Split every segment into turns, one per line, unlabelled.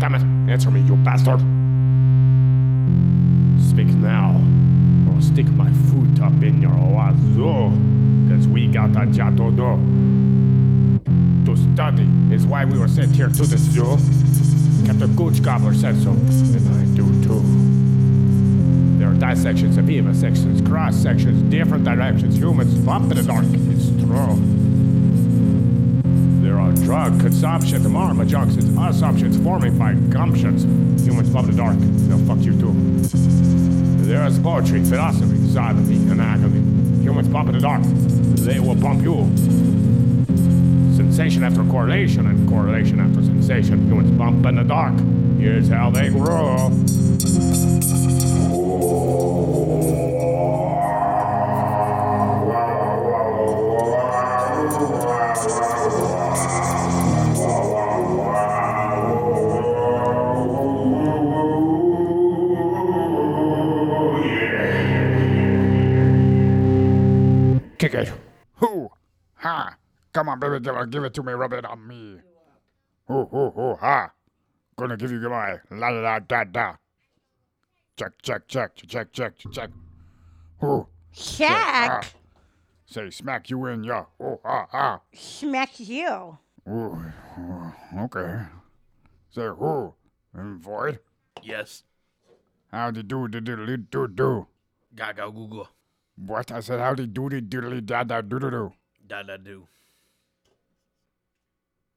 Damn it! Answer me, you bastard! er Speak now, or stick my foot up in your wazoo, because we got a job to do. To study is why we were sent here to the zoo. Captain Gooch Gobbler said so, and I do too. There are dissections, amoeba sections, cross sections, different directions. Humans bump in the dark. It's true. There are drug consumptions, marma junctions, assumptions forming by gumptions. Humans love the dark. They'll fuck you too. There is poetry, philosophy, sodomy, and agony. Humans bump in the dark. They will bump you. Sensation after correlation and correlation after sensation. Humans bump in the dark. Here's how they grow.
Kick it.
Who? Ha! Come on, baby, give it, give it to me, rub it on me. Who, who, who, ha! Gonna give you goodbye. La la la da da. Check, check, check, check, check, check. Who?
Check.
Say smack you in ya. Oh ha ha.
Smack you.
Ooh, ooh, okay. Say who? And void.
Yes.
Howdy do do do do do.
Gaga Google.
What I said? Howdy doody doodly da da do do do.
Da da do.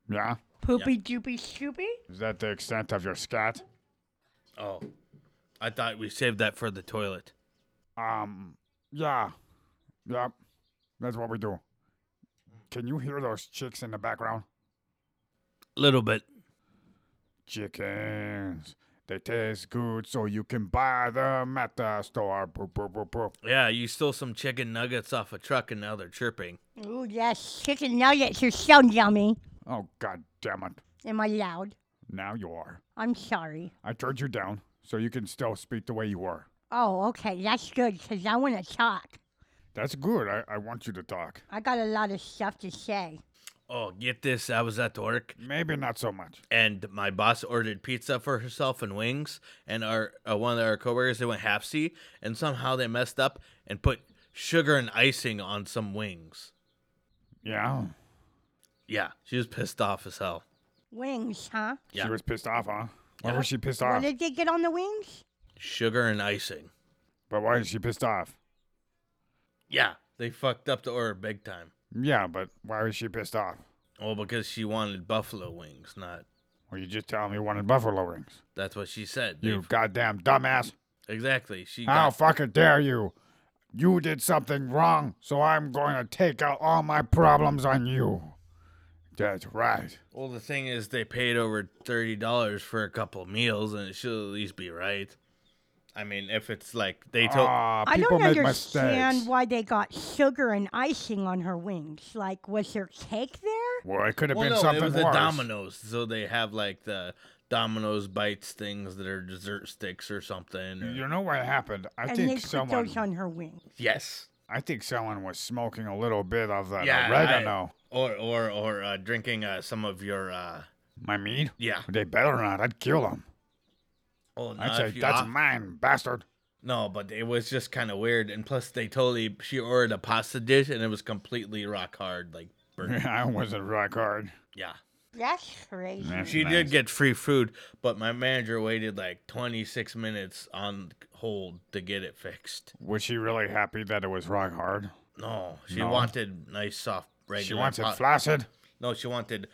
Yeah.
Poopy doopy scoopy.
Is that the extent of your scat?
Oh. I thought we saved that for the toilet.
Um, yeah. Yep. That's what we do. Can you hear those chicks in the background?
Little bit.
Chickens. They taste good, so you can buy them at the store. Boop, boop, boop, boop.
Yeah, you stole some chicken nuggets off a truck and now they're chirping.
Ooh, yes. Chicken nuggets are so yummy.
Oh, god damn it.
Am I loud?
Now you are.
I'm sorry.
I turned you down, so you can still speak the way you are.
Oh, okay. That's good because I want to talk.
That's good. I, I want you to talk.
I got a lot of stuff to say.
Oh, get this. I was at work
Maybe not so much.
and my boss ordered pizza for herself and wings. And our uh, one of our coworkers, they went hapsy and somehow they messed up and put sugar and icing on some wings.
Yeah.
Yeah, she was pissed off as hell.
Wings, huh?
Yeah.
She was pissed off, huh? Why was she pissed
What
off?
did they get on the wings?
Sugar and icing.
But why is she pissed off?
Yeah, they fucked up the order big time.
Yeah, but why is she pissed off?
Well, because she wanted buffalo wings, not.
Well, you just tell me you wanted buffalo wings.
That's what she said.
You
They-
goddamn dumbass.
Exactly. She
How
got,
fucking dare you? You did something wrong, so I'm going to take out all my problems on you. That's right.
well, the thing is, they paid over thirty dollars for a couple meals, and it should at least be right. I mean, if it's like they told,
Ah,
I
people
don't
make
understand
mistakes.
why they got sugar and icing on her wings. Like, was there cake there?
Well, it could have
well,
been
no,
something
it was the
worse.
Domino's, so they have like the Domino's bites things that are dessert sticks or something. or-
You know what happened? I
and they
think
put
someone.
those on her wings.
Yes.
I think someone was smoking a little bit of that
Yeah,
oregano.
Or or or uh, drinking uh, some of your uh,
My meat?
yeah.
They better not. I'd kill them.
Oh, no,
I'd
if
say
you
that's
op-
mine, bastard.
No, but it was just kind of weird, and plus they totally she ordered a pasta dish, and it was completely rock hard, like burnt.
I wasn't rock hard.
yeah.
That's crazy.
That's
She
nice.
did get free food, but my manager waited like 26 minutes on hold to get it fixed.
Was she really happy that it was rock hard?
No, she
No.
wanted nice soft regular.
She wants it
pa-
flaccid.
No, she wanted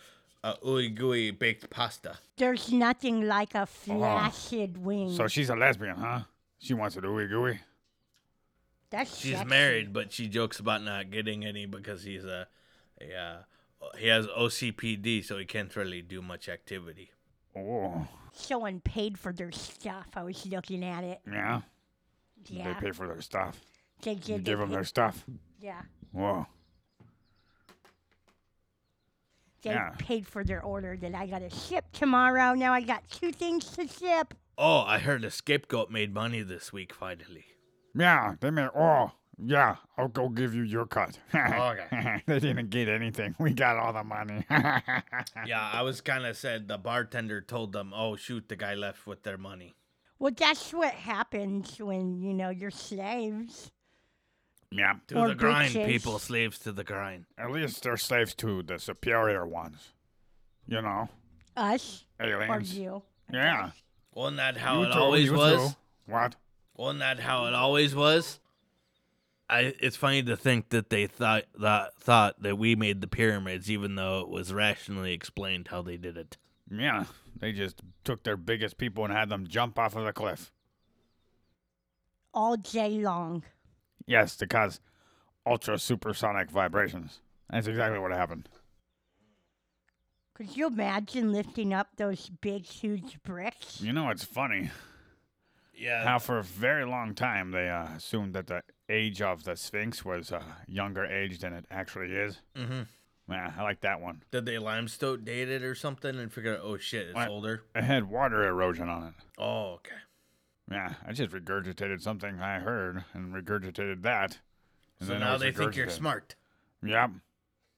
uh, ooey gooey baked pasta.
There's nothing like a flaccid wing.
Uh-huh. So she's a lesbian, huh? She wants it ooey gooey.
That's
She's
sexy.
married, but she jokes about not getting any because he's a, a uh, he has OCPD, so he can't really do much activity.
Oh,
Someone paid for their stuff. I was looking at it.
yeah.
Yeah,
They pay for their stuff.
they
You
did.
give
they
them
paid-
their stuff.
Yeah,
Whoa.
they
Yeah.
paid for their order that I got to ship tomorrow. Now I got two things to ship.
Oh, I heard a scapegoat made money this week finally.
Yeah, they made. Oh, Yeah, I'll go give you your cut.
Okay.
they didn't get anything. We got all the money.
Yeah, I was kind of said the bartender told them, oh, shoot, the guy left with their money.
Well, that's what happens when, you know, you're slaves.
yeah.
To
Or
the grind,
bitches.
people, slaves to the grind.
At least they're slaves to the superior ones. You know,
Us or
aliens.
you.
Yeah.
Wasn't that how
You
Oh, it
two,
always
you
was?
two. What?
Wasn't that how it always was? I, it's funny to think that they thought that thought that we made the pyramids, even though it was rationally explained how they did it.
Yeah. They just took their biggest people and had them jump off of the cliff.
All day long.
Yes, to cause ultra supersonic vibrations. That's exactly what happened.
Could you imagine lifting up those big, huge bricks?
You know, it's funny
Yeah,
how for a very long time they uh, assumed that the age of the Sphinx was uh, younger age than it actually is.
Mhm.
Yeah, I like that one.
Did they limestone date it or something and figure out, oh shit, it's
What?
older?
It had water erosion on it.
Oh, okay.
Yeah, I just regurgitated something I heard and regurgitated that. and
So
then it
now
was
they think you're
regurgitated.
smart.
Yep.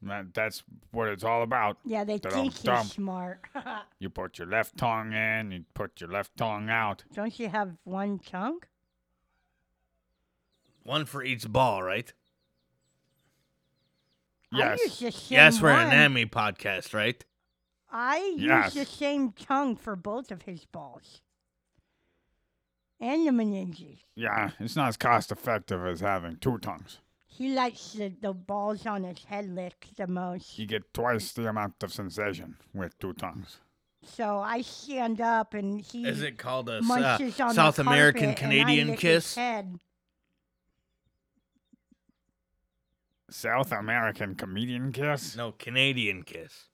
That, that's what it's all about.
Yeah, they
Dum,
think you're
dum.
smart.
You put your left tongue in, you put your left tongue out.
Don't you have one tongue?
One for each ball, right?
I
Yes.
use the same
yes, we're
one.
an anime podcast, right?
I
Yes.
use the same tongue for both of his balls. And the meninges.
Yeah, it's not as cost effective as having two tongues.
He likes the, the balls on his head lick the most.
You get twice the amount of sensation with two tongues.
So I stand up and he
Is it called a s- uh,
munches on the
South American
carpet and I
Canadian
lick his
kiss?
head.
South American comedian kiss?
No, Canadian kiss.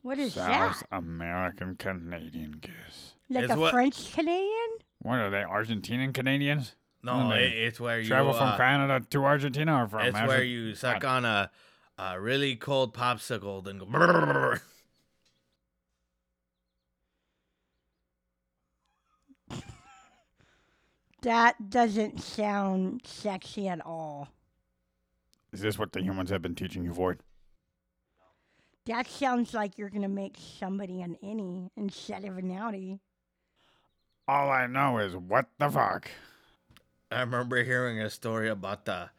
What is
South
that?
American Canadian kiss.
Like
It's
a
what-
French Canadian?
What are they, Argentinian Canadians?
No,
Mm,
it,
they
it's where you
Travel from
uh,
Canada to Argentina or from
It's where
Argent-
you suck on a, a really cold popsicle and go. brrrr.
That doesn't sound sexy at all.
Is this what the humans have been teaching you, Void?
That sounds like you're gonna make somebody an innie instead of an outie.
All I know is what the fuck.
I remember hearing a story about the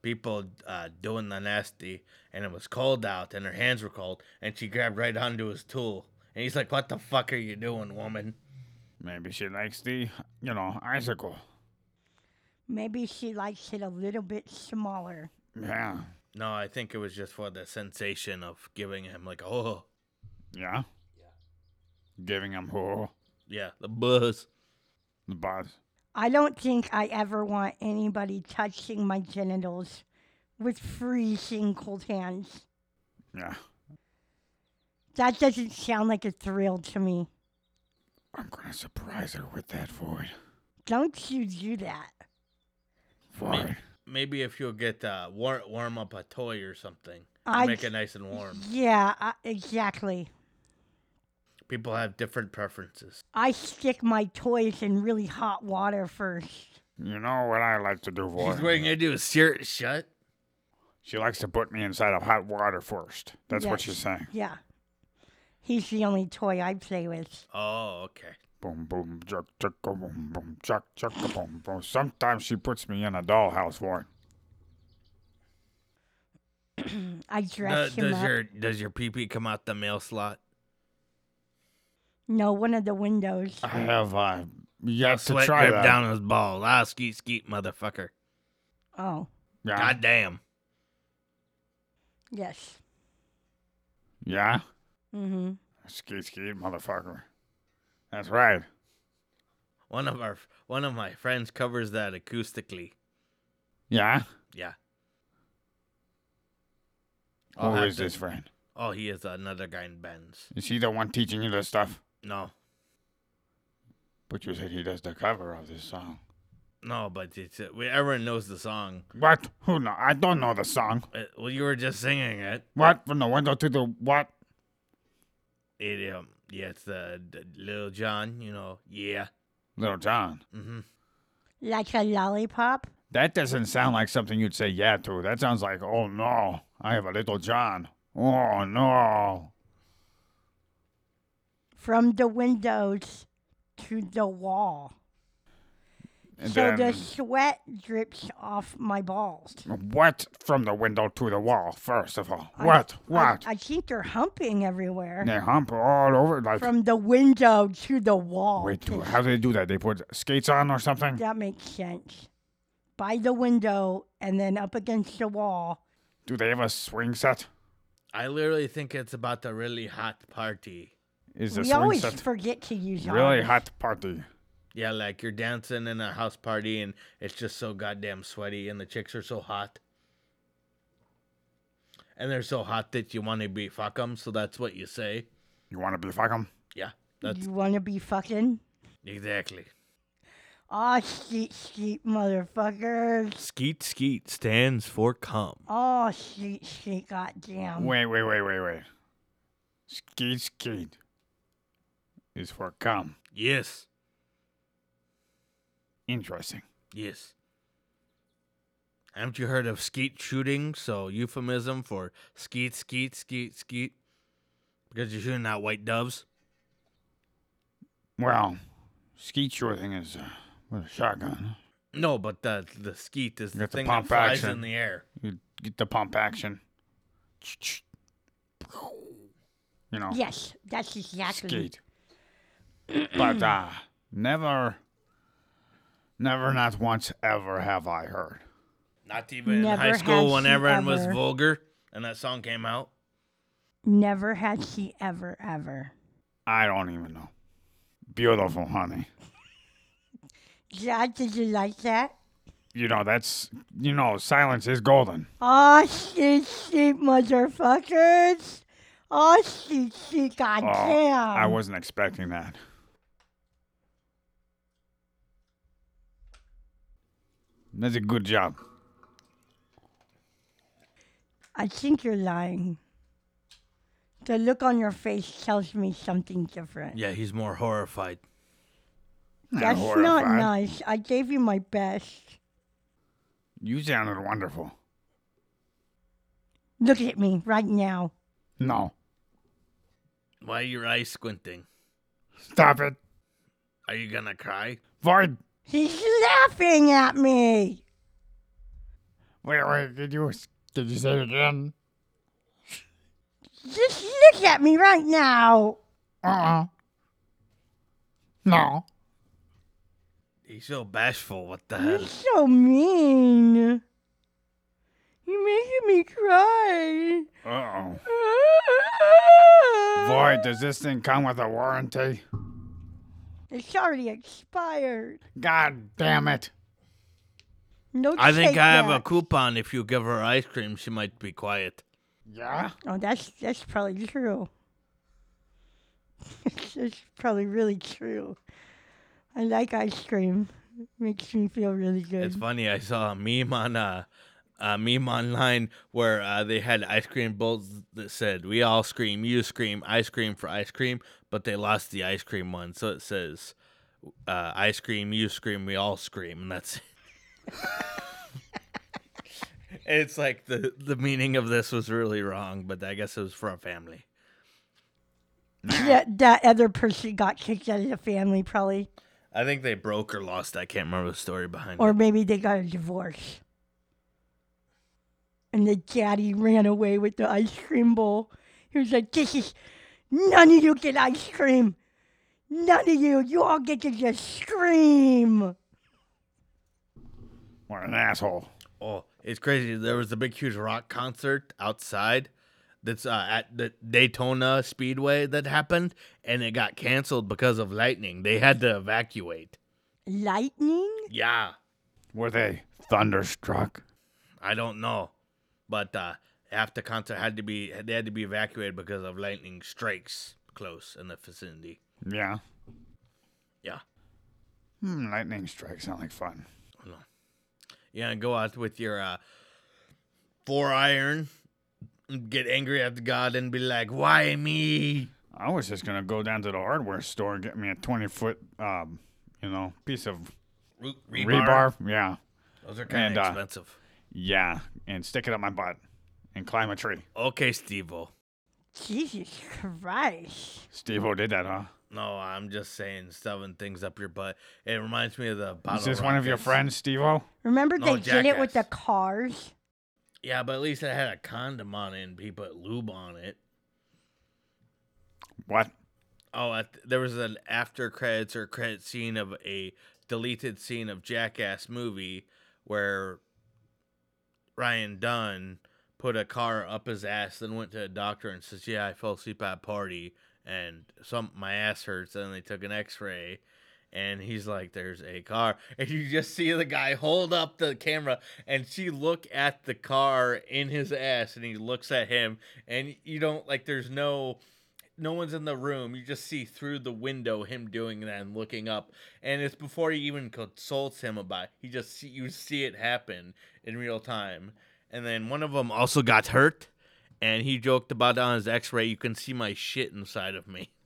people uh, doing the nasty, and it was cold out, and her hands were cold, and she grabbed right onto his tool, and he's like, "What the fuck are you doing, woman?"
Maybe she likes the, you know, icicle.
Maybe she likes it a little bit smaller.
Yeah.
No, I think it was just for the sensation of giving him like, oh,
Yeah? Giving him who?
yeah, the buzz.
The boss.
I don't think I ever want anybody touching my genitals with freezing cold hands.
Yeah.
That doesn't sound like a thrill to me.
I'm gonna surprise her with that, Void.
Don't you do that.
Void.
Maybe if you'll get uh, war- warm up a toy or something,
I-
make it nice and warm.
Yeah, I, exactly.
People have different preferences.
I stick my toys in really hot water first.
You know what I like to do,
She's
Void?
wearing do is sear it shut.
She likes to put me inside of hot water first. That's what
Yes.
she's saying.
Yeah. He's the only toy I play with.
Oh, okay.
Boom, boom, chuck, chuck, boom, boom, chuck, chuck, boom, boom. Sometimes she puts me in a dollhouse, Void.
I
Uh,
dress him
does
up.
your does your pee pee come out the mail slot?
No, one of the windows.
I
Uh-huh.
have uh, yet to
Sweat
try
drip
that.
down his balls. Ah, skeet skeet, motherfucker.
Oh,
Yeah.
God damn.
yes.
Yeah.
Mm-hmm.
Skeet, skeet, motherfucker. That's right.
One of our one of my friends covers that acoustically.
Yeah.
Yeah.
Who
I'll
is
have to-
this friend?
Oh, he is another guy in bands.
Is he the one teaching you this stuff?
No,
But you said he does the cover of this song.
no, but it's uh, we, everyone knows the song.
What? Who? No, I don't know the song.
Uh, well, you were just singing it.
What? From the window to the what?
It um, yeah, it's the, the Lil John. You know, yeah.
Little John.
Mm-hmm.
Like a lollipop?
That doesn't sound like something you'd say yeah to. That sounds like, oh no, I have a little John. Oh no.
from the windows to the wall.
And
so the
then-
sweat drips off my balls.
What from the window to the wall, first of all?
I-
What?
I-
What?
I, think they're humping everywhere.
they hump all over like
From the window to the wall.
wait do- how do they do that? They put skates on or something?
That makes sense. By the window and then up against the wall.
Do they have a swing set?
I literally think it's about the really hot party.
Is the
we
swing
always
set
forget to use
really
ours.
hot party?
Yeah, like you're dancing in a house party and it's just so goddamn sweaty and the chicks are so hot. And they're so hot that you want to be fuck 'em, so that's what you say.
You wanna be fuck 'em?
Yeah, that's
You want to be fucking?
exactly.
Aw, skeet, skeet, motherfuckers.
Skeet skeet stands for come.
Aw, skeet, skeet, goddamn.
Wait, wait, wait, wait, wait. Skeet skeet is for come.
Yes,
Interesting.
yes. Haven't you heard of skeet shooting? So euphemism for skeet skeet skeet skeet, because you're shooting out white doves.
Well, skeet sure thing is uh, with a shotgun.
No, but the the skeet is the
got the
thing that
pump
flies
action.
in the air.
You get the pump action. You know.
Yes, that's exactly.
skate. but uh, never, never, not once ever have I heard.
Not even in
Never
high
had
school when
she
everyone was
ever.
vulgar and that song came out.
Never had she ever, ever.
I don't even know. Beautiful, honey.
Dad, did you like that?
You know, that's, you know, silence is golden.
Aw, shit, shit, Oh, motherfuckers. Aw, shit, shit, goddamn.
Oh, I
Um.
wasn't expecting that. That's a good job.
I think you're lying. The look on your face tells me something different.
Yeah, he's more horrified.
That's not
horrified.
nice. I gave you my best.
You sounded wonderful.
Look at me right now.
No.
Why are your eyes squinting?
Stop it.
Are you gonna cry?
Void.
He's laughing at me.
Wait, wait, did you, did you say it again?
Just look at me right now.
Uh-uh. No.
He's so bashful. What the
You're
hell?
so mean. You're making me cry.
Uh-oh. Boy, does this thing come with a warranty?
It's already expired.
God damn it.
No
I think
take
I have a
back.
coupon. If you give her ice cream, she might be quiet.
Yeah?
Oh, that's that's probably true. that's probably really true. I like ice cream. Makes me feel really good.
It's funny. I saw a meme on uh, a meme online where uh, they had ice cream bowls that said "We all scream, you scream, ice cream for ice cream," but they lost the ice cream one, so it says uh, "Ice cream, you scream, we all scream," and that's. it. it's like the the meaning of this was really wrong, but I guess it was for a family.
that, that other person got kicked out of the family, probably,
I think they broke or lost. I can't remember the story behind it.
or maybe they got a divorce, and the daddy ran away with the ice cream bowl. He was like, "This is none of you get ice cream. None of you. You all get to just scream."
What an asshole.
Oh, it's crazy. There was a big, huge rock concert outside that's uh, at the Daytona Speedway that happened, and it got canceled because of lightning. They had to evacuate.
Lightning.
Yeah,
Were they thunderstruck?
I don't know, but uh, half the concert had to be they had to be evacuated because of lightning strikes close in the vicinity.
Yeah.
Yeah,
Hmm, lightning strikes sound like fun.
yeah. Go out with your uh, four iron, and get angry at God, and be like, "Why me?"
I was just gonna go down to the hardware store and get me a 20 foot, um, you know, piece of
Root
rebar. Yeah.
Those are kind
And,
of
uh,
expensive.
Yeah, and stick it up my butt and climb a tree.
okay, Stevo.
Jesus Christ.
Steve
Oh.
O did that, huh?
No, I'm just saying stubbing things up your butt. It reminds me of the bottle.
Is this one of your
rockets.
friends, Steve O?
Remember
No,
they did it with the
jackass.
cars?
Yeah, but at least it had a condom on it and he put lube on it.
What?
Oh, at there was an after credits or credit scene of a deleted scene of Jackass movie where Ryan Dunn put a car up his ass, then went to a doctor and says, "Yeah, I fell asleep at a party and some my ass hurts." Then they took an X-ray. And he's like, "There's a car," and you just see the guy hold up the camera, and she look at the car in his ass, and he looks at him, and you don't like. There's no no one's in the room. You just see through the window him doing that and looking up, and it's before he even consults him about. It. He just see, you see it happen in real time, and then one of them also got hurt, and he joked about it on his X-ray. You can see my shit inside of me.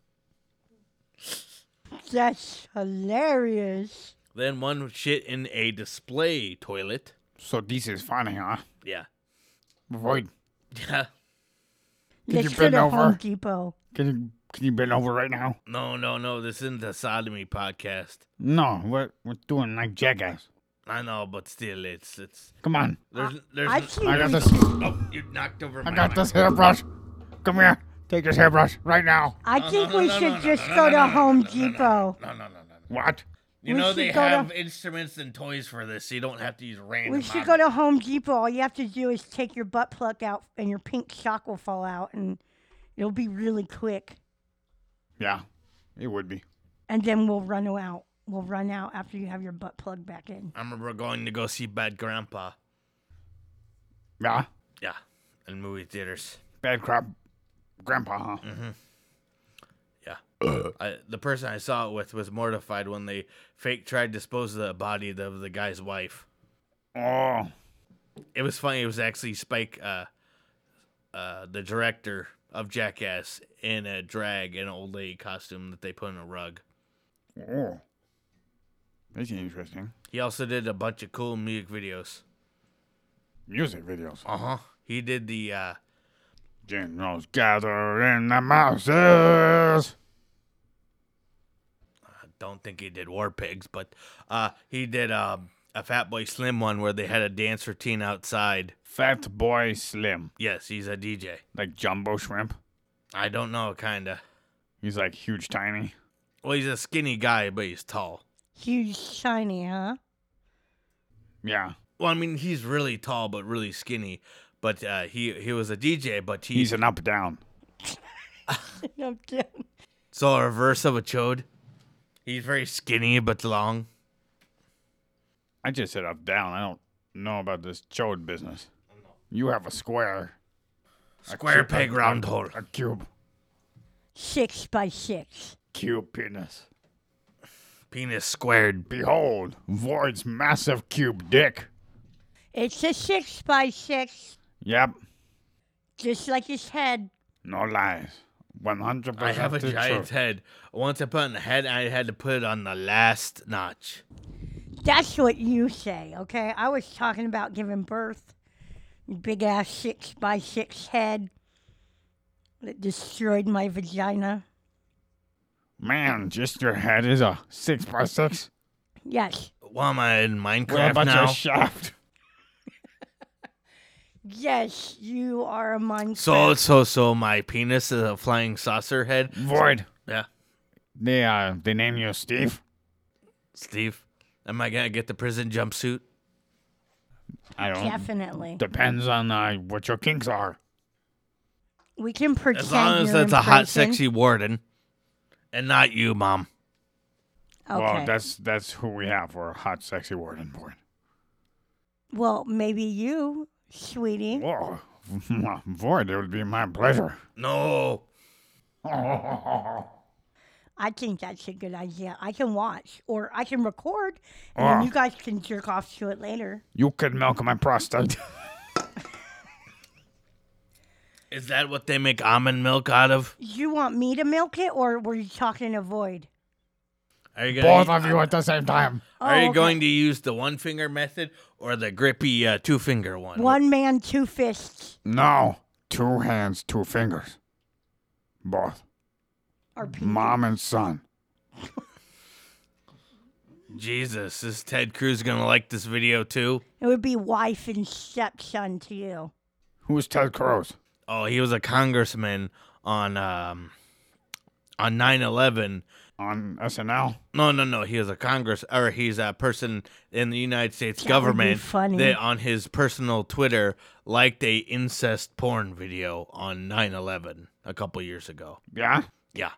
That's hilarious.
Then one shit in a display toilet.
So this is funny, huh?
Yeah,
Void,
yeah.
Did you
Let's go
bend
to Home
over?
Depot.
can you can you bend over right now?
No, no, no. This isn't a sodomy podcast.
No, we're we're doing like jackass.
I know, but still, it's it's.
Come on,
There's there's.
I've seen
I got
these-
this.
oh, you knocked over my.
I got
mic.
this hairbrush. Come here, take this hairbrush right now.
I think
no,
we
no, no,
should
no,
just
no,
go
no,
to
no, no,
Home
no, no, no, no,
Depot.
No, no, no, no. no.
What?
You
We
know
should
they
go to-
have instruments and toys for this, so you don't have to use random.
We should go to Home Depot. All you have to do is take your butt plug out, and your pink sock will fall out, and it'll be really quick.
Yeah, it would be.
And then we'll run out. We'll run out after you have your butt plug back in.
I remember going to go see Bad Grandpa.
Yeah,
Yeah, in movie theaters.
bad crap, grandpa. Huh?
Yeah. I, the person I saw it with was mortified when they fake tried to dispose of the body of the guy's wife. Mm-hmm.
Oh,
It was funny. It was actually Spike, uh, uh, the director of Jackass, in a drag and an old lady costume that they put in a rug.
oh, that's interesting.
He also did a bunch of cool music videos.
Music videos.
Uh huh. He did the uh,
Generals gather in the mouses.
I don't think he did War Pigs, but uh, he did um, a Fat Boy Slim one where they had a dance routine outside.
Fat boy slim,
Yes, he's a DJ.
like jumbo shrimp.
I don't know, kinda.
He's like huge, tiny.
Well, he's a skinny guy, but he's tall.
Huge, shiny, huh?
Yeah,
Well, I mean, he's really tall, but really skinny. But uh, he he was a DJ, but he,
he's an up down.
I'm kidding.
so a reverse of a chode. He's very skinny but long.
I just said up down. I don't know about this chode business. You have a square,
Square peg, round hole.
a cube,
Six by six.
cube penis.
Penis squared.
Behold, Void's massive cube dick.
It's a six by six,
Yep,
just like his head.
no lies. One hundred
I
percent.
have a
the
giant
truth.
head. Once I put on the head, I had to put it on the last notch.
That's what you say, okay? I was talking about giving birth. Big ass six by six head that destroyed my vagina.
Man, just your head is a six by six.
Yes.
Why am I in
What
Minecraft
about
now?
your shaft?
Yes, you are a Minecraft.
so so so my penis is a flying saucer head.
Void.
Yeah,
They uh, they name you Steve.
Steve, am I gonna get the prison jumpsuit?
I don't.
Definitely.
Depends on uh, what your kinks are.
We can pretend.
As long as
you're
it's
in
a hot,
prison.
sexy warden, and not you, mom.
Okay.
Well, that's that's who we have for a hot, sexy warden board.
Well, maybe you, sweetie.
Whoa, Void, it would be my pleasure.
No,
I think that's a good idea. I can watch or I can record, and
Ah.
then you guys can jerk off to it later.
You could milk my prostate.
is that what they make almond milk out of?
You want me to milk it, or were you talking to Void?
Are you gonna
Both of you at the same time.
Are you
Oh, okay.
going to use the one finger method or the grippy uh, two finger one?
One man, two fists.
No. Two hands, two fingers. Both.
Or pe-
Mom and son.
Jesus, is Ted Cruz gonna like this video too?
it would be wife and stepson to you.
Who's Ted Cruz?
Oh, he was a congressman on um on 9/11.
On SNL?
No, no, no. He was a congress or he's a person in the United States
That would be
government
funny.
that on his personal Twitter liked a incest porn video on 9/11 a couple years ago.
Yeah?
Yeah.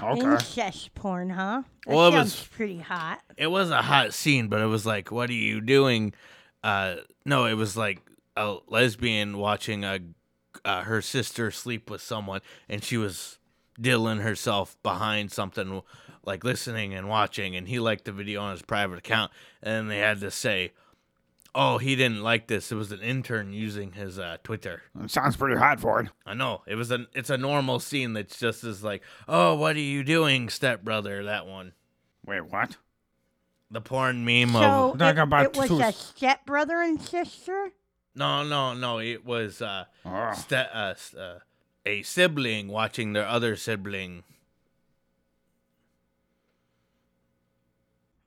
Okay.
Incest porn, huh? That
Well, it
sounds
was-
pretty hot.
it was a hot scene, but it was like, what are you doing? Uh, no, it was like a lesbian watching a, uh, her sister sleep with someone, and she was diddling herself behind something, like listening and watching. And he liked the video on his private account, and they had to say, "Oh, he didn't like this." It was an intern using his uh, Twitter.
Sounds pretty hot for it.
I know it was an it's a normal scene that's just as like, "Oh, what are you doing, stepbrother?" That one,
Wait, what?
the porn meme of
So
Talking
it,
about
it was
two-
a stepbrother and sister?
No, no, no. It was uh,
Oh.
ste- uh, s- uh, a sibling watching their other sibling.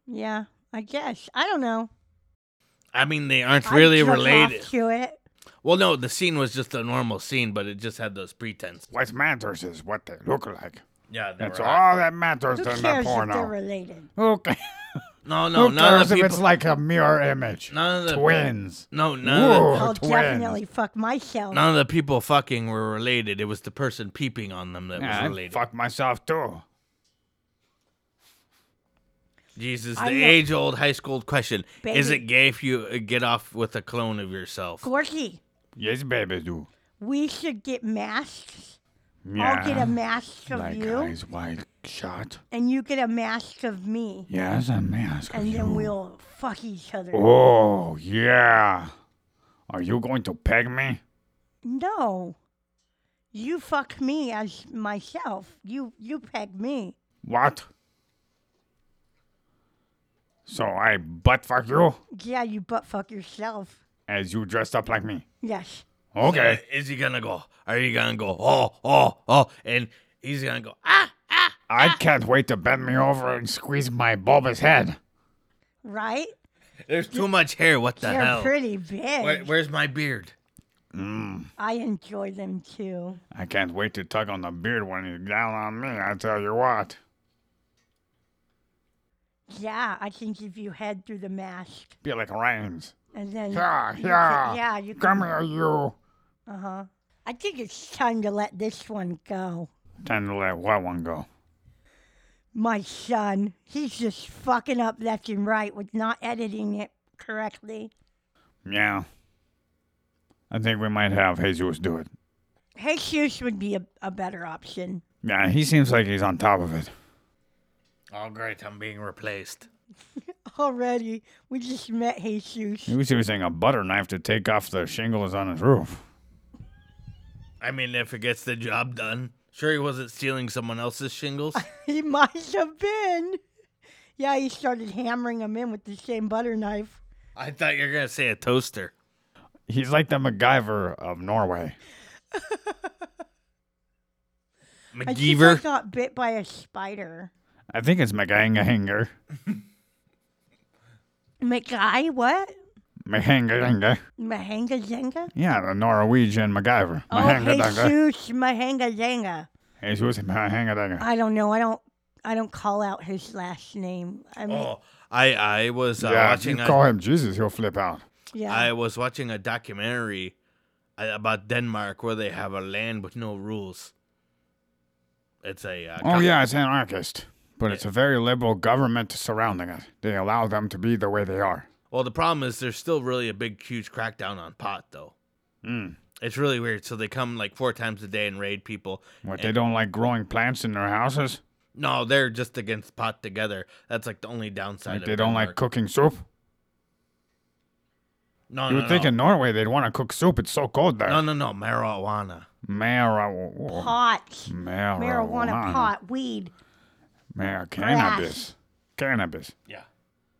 Yeah, I guess. I don't know.
I mean, they aren't
I
really
jerk off
related.
to it.
Well, no, the scene was just a normal scene, but it just had those pretense.
What matters is what they look like.
Yeah, they
That's
were hot.
all that matters
Who
in that
cares if they're
porno.
related?
Okay.
No, no,
Who
none of
cares
the
if
people.
it's like a mirror image?
none of the
Twins.
No, none of,
Whoa.
the,
I'll
twins.
definitely fuck myself.
none of the people fucking were related. It was the person peeping on them that was
Yeah, I
related.
fuck myself too.
Jesus, the
I'm not-
age-old high school question: Is it
Baby.
gay if you uh, get off with a clone of yourself?
Gorky,
Yes, baby, do.
we should get masks.
Yeah.
I'll get a mask of
like
you,
eyes wide shut.
and you get a mask of me,
Yes, a mask. of
and then
you.
we'll fuck each other.
Oh yeah. Are you going to peg me?
No, you fuck me as myself. You you peg me.
What? So I butt fuck you
Yeah, you butt fuck yourself.
as you dressed up like me.
Yes.
Okay.
Uh, Is he gonna go? Are you gonna go? Oh, oh, oh! And he's gonna go. Ah, ah!
I can't wait to bend me over and squeeze my bulbous head.
Right?
There's too much hair. What the
They're
hell?
pretty big.
Where, where's my beard?
I enjoy them too.
I can't wait to tug on the beard when he's down on me, I tell you what.
Yeah, I can give you head through the mask,
Be like reins.
and then
Yeah,
you
yeah.
can, yeah, you can.
Come here, you.
Uh huh. I think it's time to let this one go.
Time to let what one go.
My son, he's just fucking up left and right with not editing it correctly.
Yeah. I think we might have Jesus do it.
Jesus would be a, a better option.
Yeah, he seems like he's on top of it.
Oh, great! I'm being replaced.
Already, we just met Jesus.
He was using a butter knife to take off the shingles on his roof.
I mean, if it gets the job done. Sure, he wasn't stealing someone else's shingles.
He might have been. Yeah, he started hammering him in with the same butter knife.
I thought you were gonna say a toaster.
He's like the MacGyver of Norway.
I think I
McGeever.
got bit by a spider.
I think it's MacGangahinger.
McGuy, what?
MacGangahinger.
Mahanga Zenga?
Yeah, the Norwegian MacGyver.
Oh,
Mahangadanga.
Jesus Mahanga Zenga.
Jesus Mahangadanga.
I don't know. I don't. I don't call out his last name. I mean,
Oh, I I was uh,
Yeah, if you
watching.
call
A,
him Jesus, he'll flip out.
yeah.
I was watching a documentary uh, about Denmark where they have a land with no rules. It's a uh,
Oh
co-
yeah, it's anarchist. But it's a very liberal government surrounding it. They allow them to be the way they are.
Well, the problem is there's still really a big, huge crackdown on pot, though.
Mm.
It's really weird. So they come like four times a day and raid people.
What, they don't like growing plants in their houses?
No, they're just against pot together. That's like the only downside.
Like
of
they don't like
Denmark.
cooking soup?
No,
You
no,
would think
no.
in Norway they'd want to cook soup. It's so cold there.
no, no, no, marijuana.
Marijuana.
pot,
Marijuana.
marijuana pot, weed.
Man, cannabis. Cannabis.
Yeah.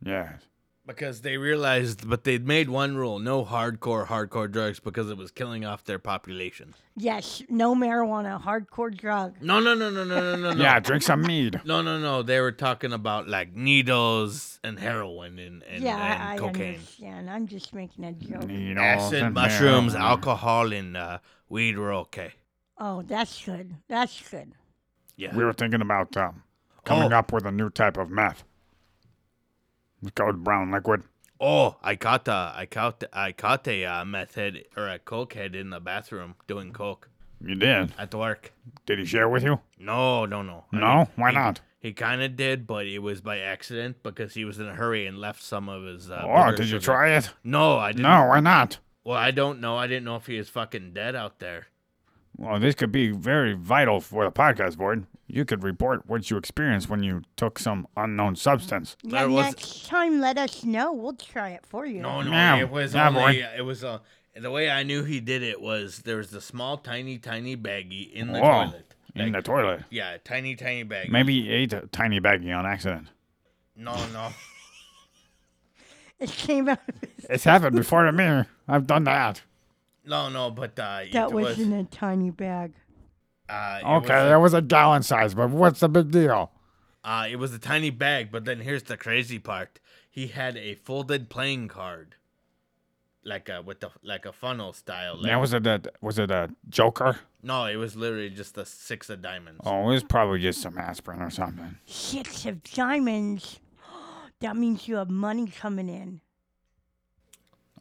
Yes.
Because they realized, but they'd made one rule no hardcore, hardcore drugs because it was killing off their population.
Yes, no marijuana, hardcore drug.
No, no, no, no, no, no, no, no.
Yeah, drink some mead.
No, no, no. They were talking about like needles and heroin and, and,
yeah,
and
I, I
cocaine.
understand.
Mm-hmm.
I'm just making a joke.
Needles
Acid,
and
mushrooms,
marijuana.
alcohol, and uh, weed were okay.
Oh, that's good. That's good.
Yeah.
We were thinking about um, coming
Oh.
up with a new type of meth. It's called brown liquid.
oh, I caught a, I caught, I caught a uh, meth head or a coke head in the bathroom doing coke
You did?
at work.
Did he share with you?
No, no, no. I
No?
mean,
Why
he-
not?
He kind of did, but it was by accident because he was in a hurry and left some of his. Uh,
Oh,
bitter
did you
sugar.
try it?
No, I didn't.
No, why not?
Well, I don't know. I didn't know if he was fucking dead out there.
Well, this could be very vital for the podcast board. You could report what you experienced when you took some unknown substance.
Yeah,
There was-
next time, let us know. We'll try it for you.
No, no,
Yeah,
it was
yeah,
only. uh,
boy.
It was a. The way I knew he did it was there was the small, tiny, tiny baggie in the
Whoa.
toilet.
In the toilet.
Yeah, tiny, tiny baggie.
Maybe he ate a tiny baggie on accident.
No, no.
It came out of his.
It's happened before to me. I've done that.
No, no, but uh,
That
it was,
was in a tiny bag.
uh, it
Okay,
was-
that was a gallon size, but what's the big deal?
Uh, it was a tiny bag, but then here's the crazy part. He had a folded playing card, like a with the like a funnel style. Like,
Now was it a was it a joker?
no, it was literally just the six of diamonds.
Oh, it was probably just some aspirin or something.
Six of diamonds. that means you have money coming in.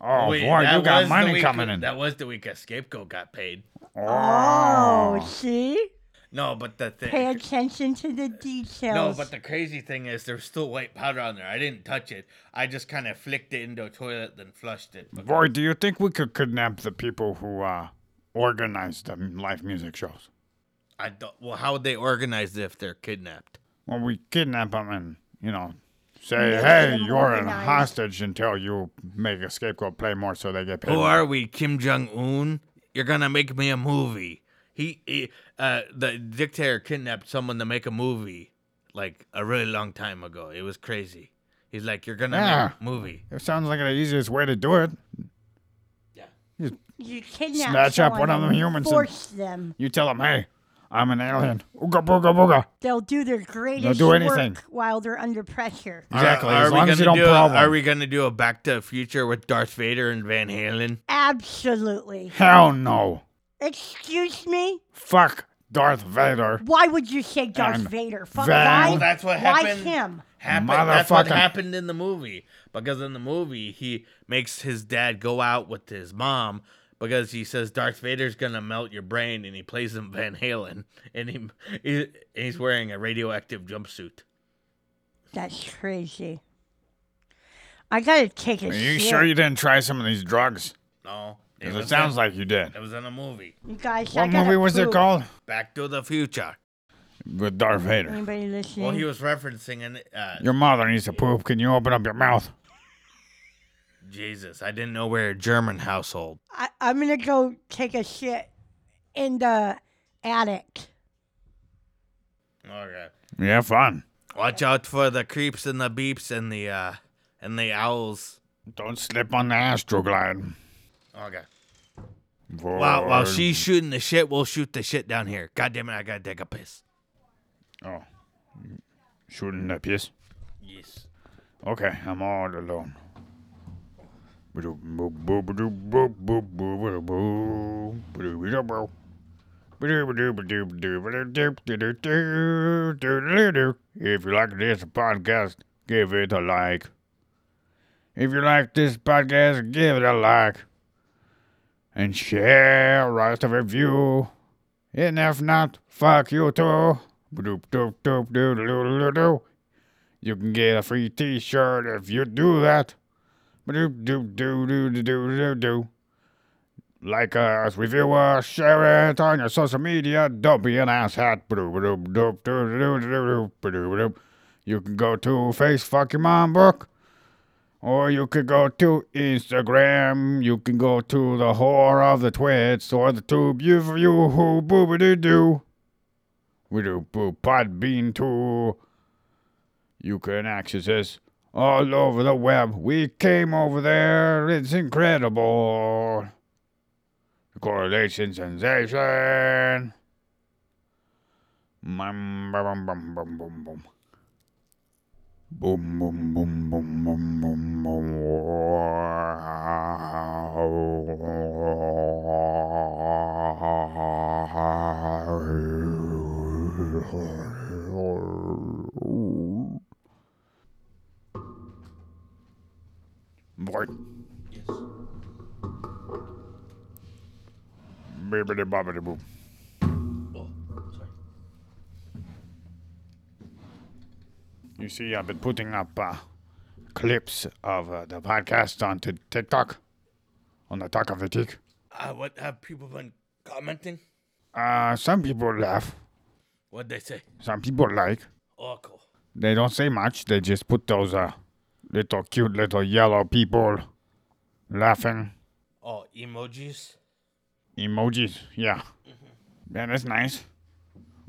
Oh
Wait,
boy,
that
you got
was the
money
week-
coming in.
That was the week a scapegoat got paid.
Oh, see?
No, but the thing.
Pay attention to the details.
No, but the crazy thing is there's still white powder on there. I didn't touch it. I just kind of flicked it into a toilet, then flushed it. But-
Boy, do you think we could kidnap the people who uh, organize the live music shows?
I don't. Well, how would they organize if they're kidnapped?
Well, we kidnap them and, you know, say,
Make
hey,
them
you're a
organized."
hostage until you make a scapegoat play more so they get paid.
Who
more."
are we, Kim Jong Un? You're gonna make me a movie. He, he- uh, the dictator kidnapped someone to make a movie, like a really long time ago. It was crazy. He's like, you're gonna
Yeah.
make a movie.
It sounds like the easiest way to do it.
you kidnap
Snatch up
someone
one of
and
them humans and-
Force them.
You tell them, hey, I'm an alien. Ooga booga booga.
They'll do their greatest
anything.
work while they're under pressure.
Exactly.
Are, are
as
we
long as you
gonna
don't
do a-
problem.
Are we gonna do a Back to the Future with Darth Vader and Van Halen?
Absolutely.
Hell no.
Excuse me?
Fuck Darth Vader.
Why would you say Darth
And
Vader? Fuck,
Van-
why?
Well, that's what
Why
happened.
him?
Happened. That's what
Motherfucker.
happened in the movie. Because in the movie, he makes his dad go out with his mom because he says Darth Vader's gonna melt your brain, and he plays him Van Halen, and he, he he's wearing a radioactive jumpsuit.
That's crazy. I gotta take a
Are you
shit.
sure you didn't try some of these drugs?
No,
'Cause
was
it sounds
in-
like you did.
it was in a movie.
You guys, I
What
gotta
movie was it
poop.
called?
Back to the Future.
With Darth Vader.
Anybody listening?
Well, he was referencing an. Uh,
Your mother needs to poop. Can you open up your mouth?
Jesus, I didn't know we're a German household.
I, I'm gonna go take a shit in the attic.
Okay.
Yeah, fun.
Watch out for the creeps and the beeps and the uh and the owls.
Don't slip on the astroglide.
Okay.
Wow,
While, while she's shooting the shit, we'll shoot the shit down here. God damn it, I gotta take a piss.
Oh. Shooting the piss?
Yes.
Okay, I'm all alone. If you like this podcast, give it a like. If you like this podcast, give it a like. And share, write a review. And if not, fuck you too. You can get a free T-shirt if you do that. Doop, doop, doo, doo, doo, doo, doo, doo. Like us, review us, share it on your social media. Don't be an asshat. Doop, doop, doop, doo, doo, doo, doo, doop, doop, doop. You can go to Face Fuck Your Mom Book, or you could go to Instagram. You can go to the whore of the twits or the tube. You you who booby doo doo. We do boo pod bean too. You can access us all over the web. We came over there. It's incredible. Correlation sensation. Mum, bum, bum, bum, bum, bum. Boom, boom, boom, boom, boom, boom, boom. Boy.
Yes.
Bibbidi bobbidi boom.
Oh, sorry.
You see, I've been putting up uh, clips of uh, the podcast onto TikTok, on the talk of the tick.
Uh, what have people been commenting?
Uh, some people laugh,
What'd they say?
some people like.
Oh, cool.
They don't say much. They just put those uh, little cute little yellow people laughing
Oh, emojis.
emojis. Yeah, yeah, that's nice.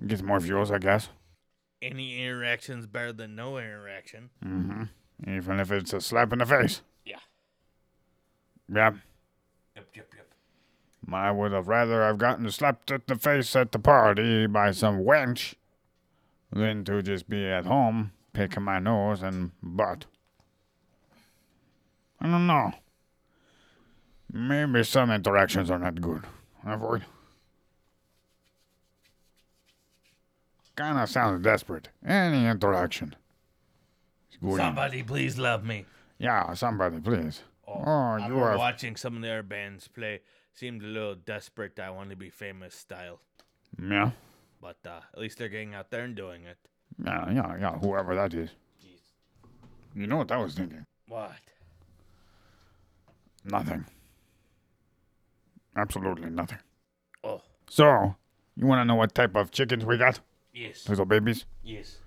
Gets more views, I guess.
Any interaction's better than no interaction.
Even if it's a slap in the face.
Yeah.
Yeah,
Yep, yep, yep.
I would have rather have gotten slapped at the face at the party by some wench than to just be at home picking my nose and butt. I don't know. Maybe some interactions are not good. Avoid. Kinda sounds desperate. Any interaction. is good.
Somebody please love me.
Yeah, somebody, please. Oh,
I've
you
been
are
watching some of their bands play. Seemed a little desperate. I want to be famous style,
yeah,
but uh, at least they're getting out there and doing it.
yeah, yeah, yeah. Whoever that is. You know what I was thinking.
What?
Nothing. Absolutely nothing.
Oh,
So, you want to know what type of chickens we got?
yes,
Little babies.
yes.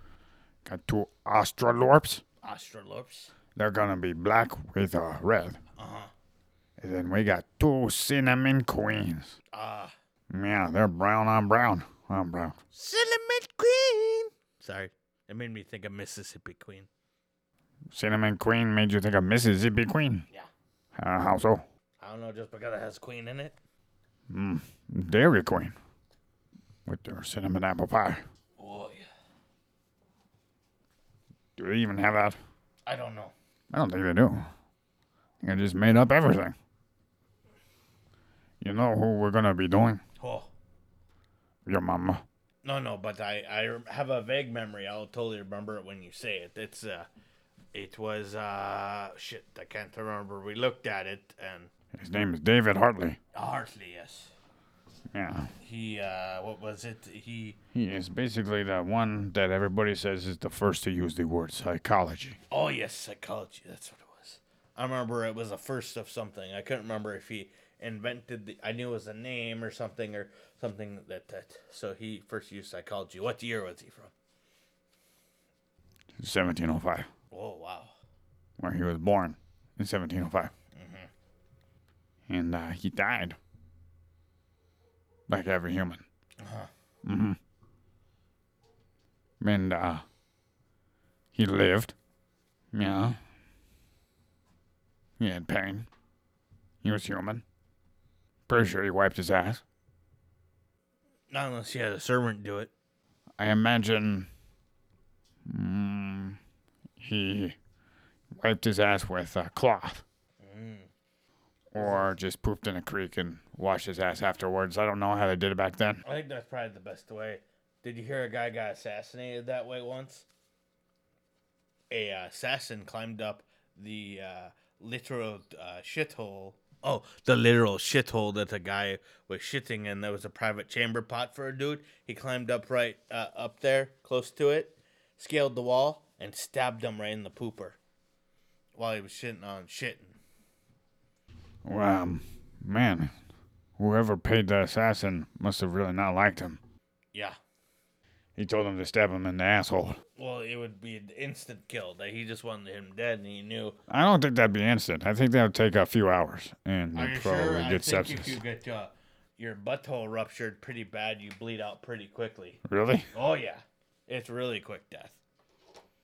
Got two Australorps.
Astrolopes.
They're gonna be black with uh, red.
Uh huh.
And then we got two cinnamon queens.
Ah,
Yeah, they're brown on brown on brown.
cinnamon queen. Sorry, it made me think of Mississippi Queen.
Cinnamon queen made you think of Mississippi queen.
Yeah.
Uh, how so?
I don't know, just because it has queen in it.
Dairy queen. With their cinnamon apple pie.
Oh yeah.
Do they even have that?
I don't know.
I don't think they do. I think I just made up everything. You know who we're gonna be doing?
Oh.
Your mama.
No, no, but I, I rem- have a vague memory. I'll totally remember it when you say it. It's uh, it was uh, shit. I can't remember. We looked at it and
His name is David Hartley.
Hartley, yes.
Yeah.
He uh, what was it? He
He is basically the one that everybody says is the first to use the word psychology.
oh yes, psychology. That's what it was. I remember it was a first of something. I couldn't remember if he invented the. I knew it was a name or something or something that that. So he first used psychology. What year was he from?
1705,
Oh wow.
where he was born in 1705. And uh, he died. Like every human. hmm And uh, he lived. Yeah. He had pain. He was human. Pretty sure he wiped his ass.
Not unless he had a servant do it.
I imagine mm, he wiped his ass with a cloth.
Mm.
Or just pooped in a creek and washed his ass afterwards. I don't know how they did it back then.
I think that's probably the best way. Did you hear a guy got assassinated that way once? A uh, assassin climbed up the uh, literal uh, shithole. Oh, the literal shithole that the guy was shitting in. There was a private chamber pot for a dude. He climbed up right uh, up there, close to it, scaled the wall, and stabbed him right in the pooper while he was shitting on shitting.
Well, um, man, whoever paid the assassin must have really not liked him.
Yeah.
He told him to stab him in the asshole.
Well, it would be an instant kill. That he just wanted him dead, and he knew
I don't think that'd be instant. I think that would take a few hours and
Are
you'd
you
probably
sure? I
get
think
sepsis.
if you get uh, your butthole ruptured pretty bad, you bleed out pretty quickly.
Really?
Oh yeah, it's really quick death.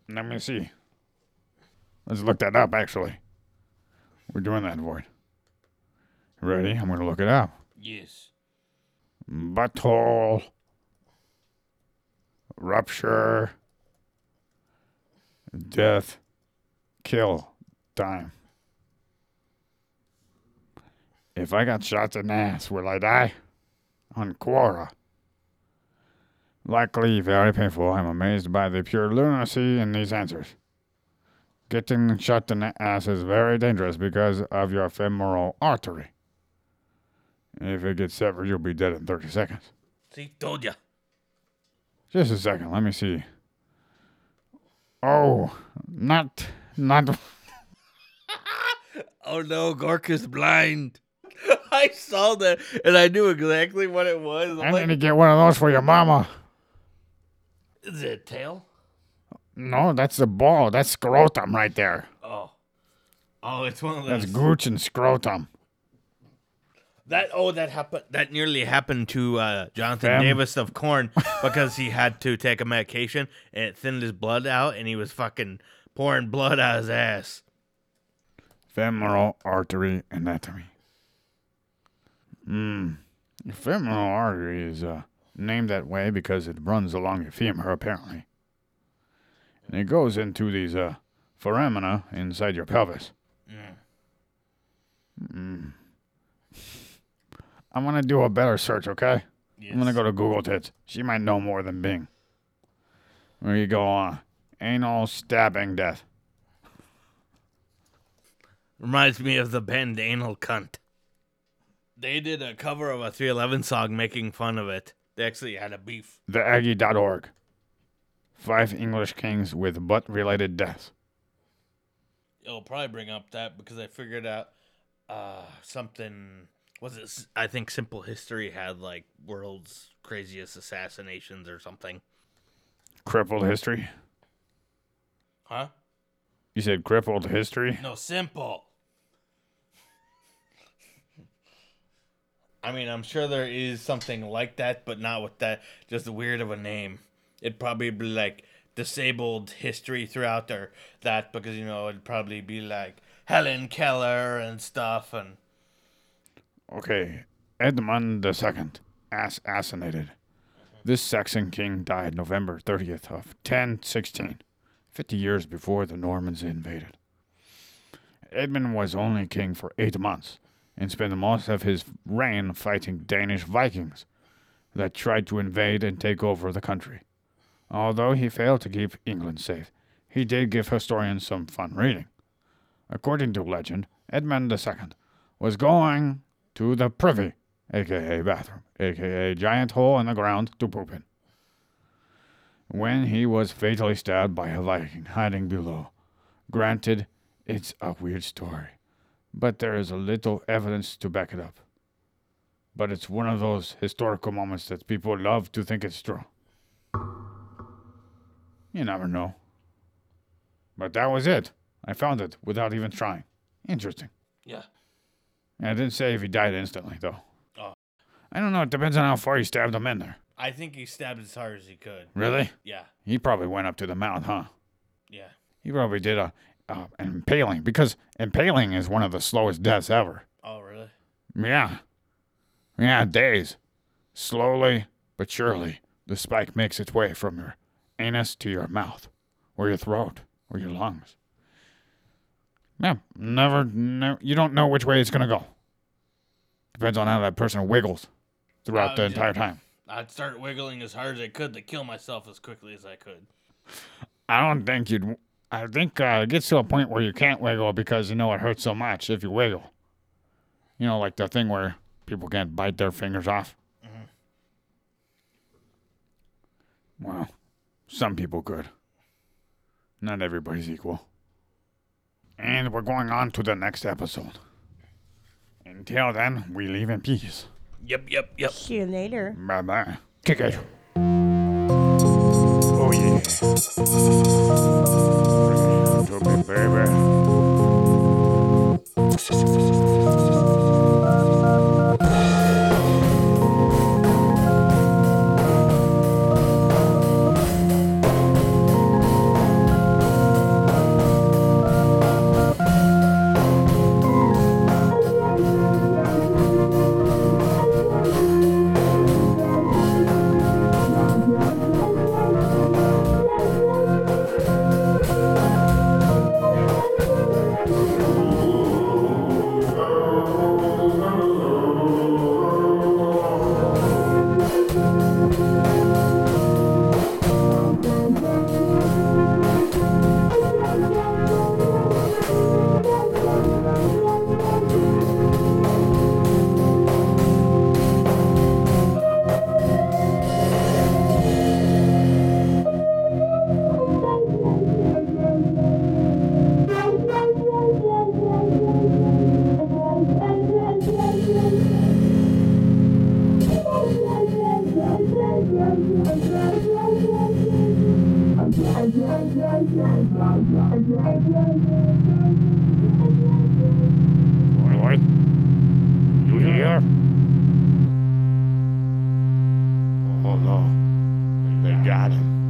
Let me see. Let's look that up, actually. We're doing that, Void. Ready? I'm going to look it up.
Yes.
Butthole. Rupture. Death. Kill. Time. If I got shot in the ass, will I die? On Quora. Likely very painful. I'm amazed by the pure lunacy in these answers. Getting shot in the ass is very dangerous because of your femoral artery. If it gets severed, you'll be dead in 30 seconds.
See, told ya.
Just a second. Let me see. Oh, not, not.
Oh no, Gorka's blind. I saw that and I knew exactly what it was. I'm
I need
like,
to get one of those for your mama.
is it a tail?
No, that's the ball. That's scrotum right there.
Oh. Oh, it's one of those.
That's gooch and scrotum.
That oh, that happened. That nearly happened to uh, Jonathan
Fam.
Davis of Corn because he had to take a medication and it thinned his blood out, and he was fucking pouring blood out his ass.
Femoral artery anatomy. Mm. Your femoral artery is uh, named that way because it runs along your femur, apparently. And it goes into these uh, foramina inside your pelvis. Mm. I'm going to do a better search, okay? I'm going to go to Google Tits. She might know more than Bing. There you go on. Anal stabbing death.
Reminds me of the band Anal Cunt. They did a cover of a 311 song making fun of it. They actually had a beef.
theaggie.org. Five English kings with butt related deaths.
It'll probably bring up that because I figured out uh, something. Was it? s- I think Simple History had like world's craziest assassinations or something.
Crippled history.
Huh?
You said crippled history?
No, simple. I mean, I'm sure there is something like that, but not with that just weird of a name. It'd probably be like disabled history throughout or that because you know it'd probably be like Helen Keller and stuff and
Okay. Edmund II, ass assassinated. This Saxon king died November 30th of 1016, 50 years before the Normans invaded. Edmund was only king for eight months and spent most of his reign fighting Danish Vikings that tried to invade and take over the country. Although he failed to keep England safe, he did give historians some fun reading. According to legend, Edmund II was going to the privy, aka bathroom, aka giant hole in the ground to poop in, when he was fatally stabbed by a Viking hiding below. Granted, it's a weird story, but there is a little evidence to back it up. But it's one of those historical moments that people love to think it's true. You never know. But that was it. I found it without even trying. Interesting.
yeah.
I didn't say if he died instantly, though.
Oh.
I don't know. It depends on how far you stabbed him in there.
I think he stabbed as hard as he could.
Really?
Yeah,
He probably went up to the mouth, huh?
yeah.
He probably did a, a an impaling because impaling is one of the slowest deaths ever.
Oh, really?
Yeah. Yeah, days. Slowly but surely, the spike makes its way from your anus to your mouth, or your throat, or your lungs. Yeah, never, never you don't know which way it's going to go. Depends on how that person wiggles throughout the
Oh, yeah.
entire time.
I'd start wiggling as hard as I could to kill myself as quickly as I could.
I don't think you'd. I think uh, it gets to a point where you can't wiggle because you know it hurts so much if you wiggle. You know, like the thing where people can't bite their fingers off. Well, some people could. Not everybody's equal. And we're going on to the next episode. Until then, we leave in peace.
Yep, yep, yep.
See you later.
Bye bye. Kick it.
Oh yeah. Bring it to me, baby. What? You here? Oh no. They got him.